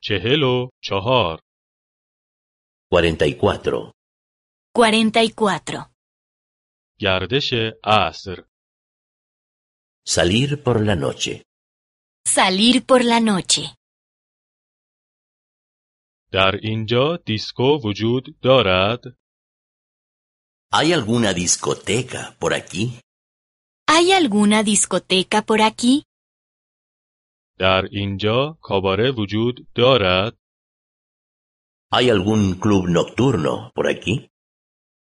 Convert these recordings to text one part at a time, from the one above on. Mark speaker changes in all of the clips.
Speaker 1: چهل و چهار
Speaker 2: 44.
Speaker 3: 44.
Speaker 1: گردش عصر
Speaker 2: Salir por la noche.
Speaker 3: Salir por la noche.
Speaker 1: در اینجا دیسکو وجود دارد
Speaker 2: ¿Hay alguna discoteca por aquí?
Speaker 3: ¿Hay alguna discoteca por aquí?
Speaker 1: در اینجا کاباره وجود دارد
Speaker 2: ¿Hay algún club nocturno por aquí?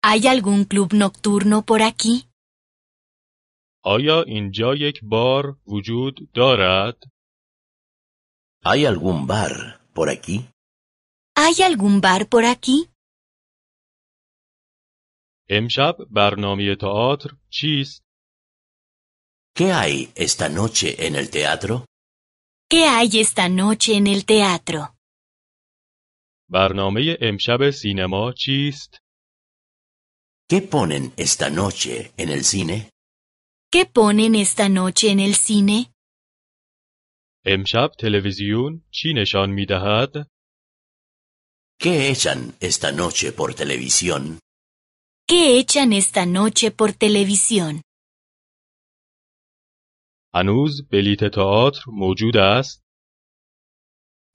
Speaker 3: ¿Hay algún club nocturno por aquí?
Speaker 1: آیا اینجا یک بار وجود دارد
Speaker 2: ¿Hay algún bar por aquí?
Speaker 3: ¿Hay algún bar por aquí?
Speaker 1: امشب برنامه تئاتر چیست
Speaker 2: ¿Qué hay esta noche en el teatro?
Speaker 3: ¿Qué hay esta noche en el teatro?
Speaker 1: برنامه امشب سینما چیست
Speaker 2: ¿Qué ponen esta noche en el cine?
Speaker 3: ¿Qué ponen esta noche en el cine?
Speaker 1: امشب تلویزیون چی نشان می دهد؟
Speaker 2: ¿Qué echan esta noche por televisión?
Speaker 3: ¿Qué echan esta noche por televisión?
Speaker 1: هنوز بلیت تئاتر موجود است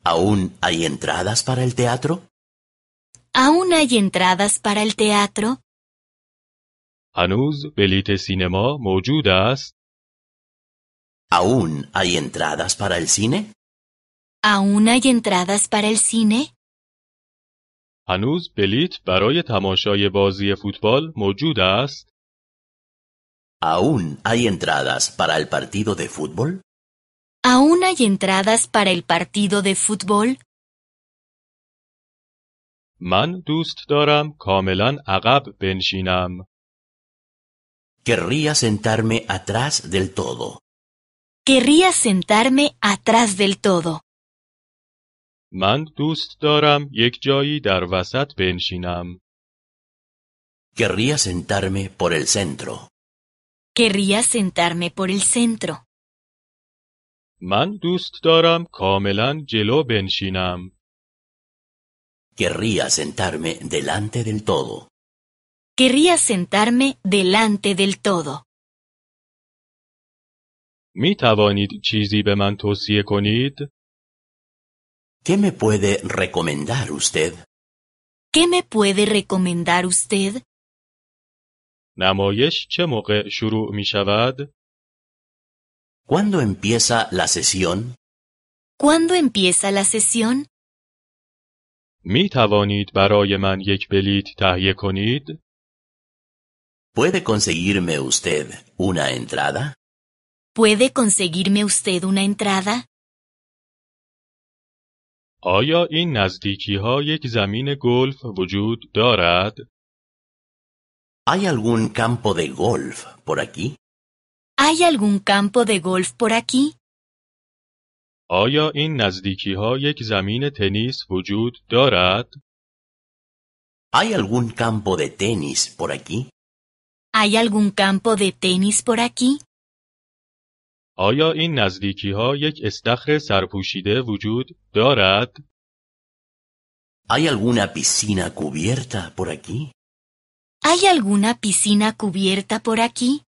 Speaker 2: ¿Aún hay entradas para el teatro?
Speaker 3: ¿Aún hay entradas para el teatro?
Speaker 1: هنوز بلیت سینما موجود است
Speaker 2: ¿Aún hay entradas para el cine?
Speaker 3: ¿Aún hay entradas para el cine?
Speaker 1: هنوز بلیت برای تماشای بازی فوتبال موجود است
Speaker 2: ¿Aún hay entradas para el partido de fútbol?
Speaker 3: ¿Aún hay entradas para el partido de fútbol?
Speaker 1: من دوست دارم کاملا عقب بنشینم
Speaker 2: Querría sentarme atrás del todo.
Speaker 3: Querría sentarme atrás del todo.
Speaker 1: من دوست دارم یک جایی در وسط بنشینم
Speaker 2: Querría sentarme por el centro.
Speaker 3: Querría sentarme por el centro.
Speaker 1: من دوست دارم کاملا جلو بنشینم
Speaker 2: Querría sentarme delante del todo.
Speaker 3: Querría sentarme delante del todo.
Speaker 1: می توانید چیزی به من توصیه کنید؟
Speaker 2: ¿Qué me puede recomendar usted?
Speaker 3: ¿Qué me puede recomendar usted?
Speaker 1: نمایش چه موقع شروع می شود؟
Speaker 2: ¿Cuándo empieza la sesión?
Speaker 3: ¿Cuándo empieza la sesión?
Speaker 1: می توانید برای من یک بلیت تهیه کنید؟
Speaker 2: ¿Puede conseguirme usted una entrada?
Speaker 3: ¿Puede conseguirme usted una entrada?
Speaker 1: آیا این نزدیکی ها یک زمین گلف وجود دارد؟
Speaker 2: ¿Hay algún campo de golf por aquí?
Speaker 3: ¿Hay algún campo de golf por aquí?
Speaker 1: آیا این نزدیکی ها یک زمین تنیس وجود دارد؟
Speaker 2: ¿Hay algún campo de tenis por aquí?
Speaker 3: ¿Hay algún campo de tenis por aquí?
Speaker 1: آیا این نزدیکی ها یک استخر سرپوشیده وجود دارد؟
Speaker 2: ¿Hay alguna piscina cubierta por aquí?
Speaker 3: ¿Hay alguna piscina cubierta por aquí?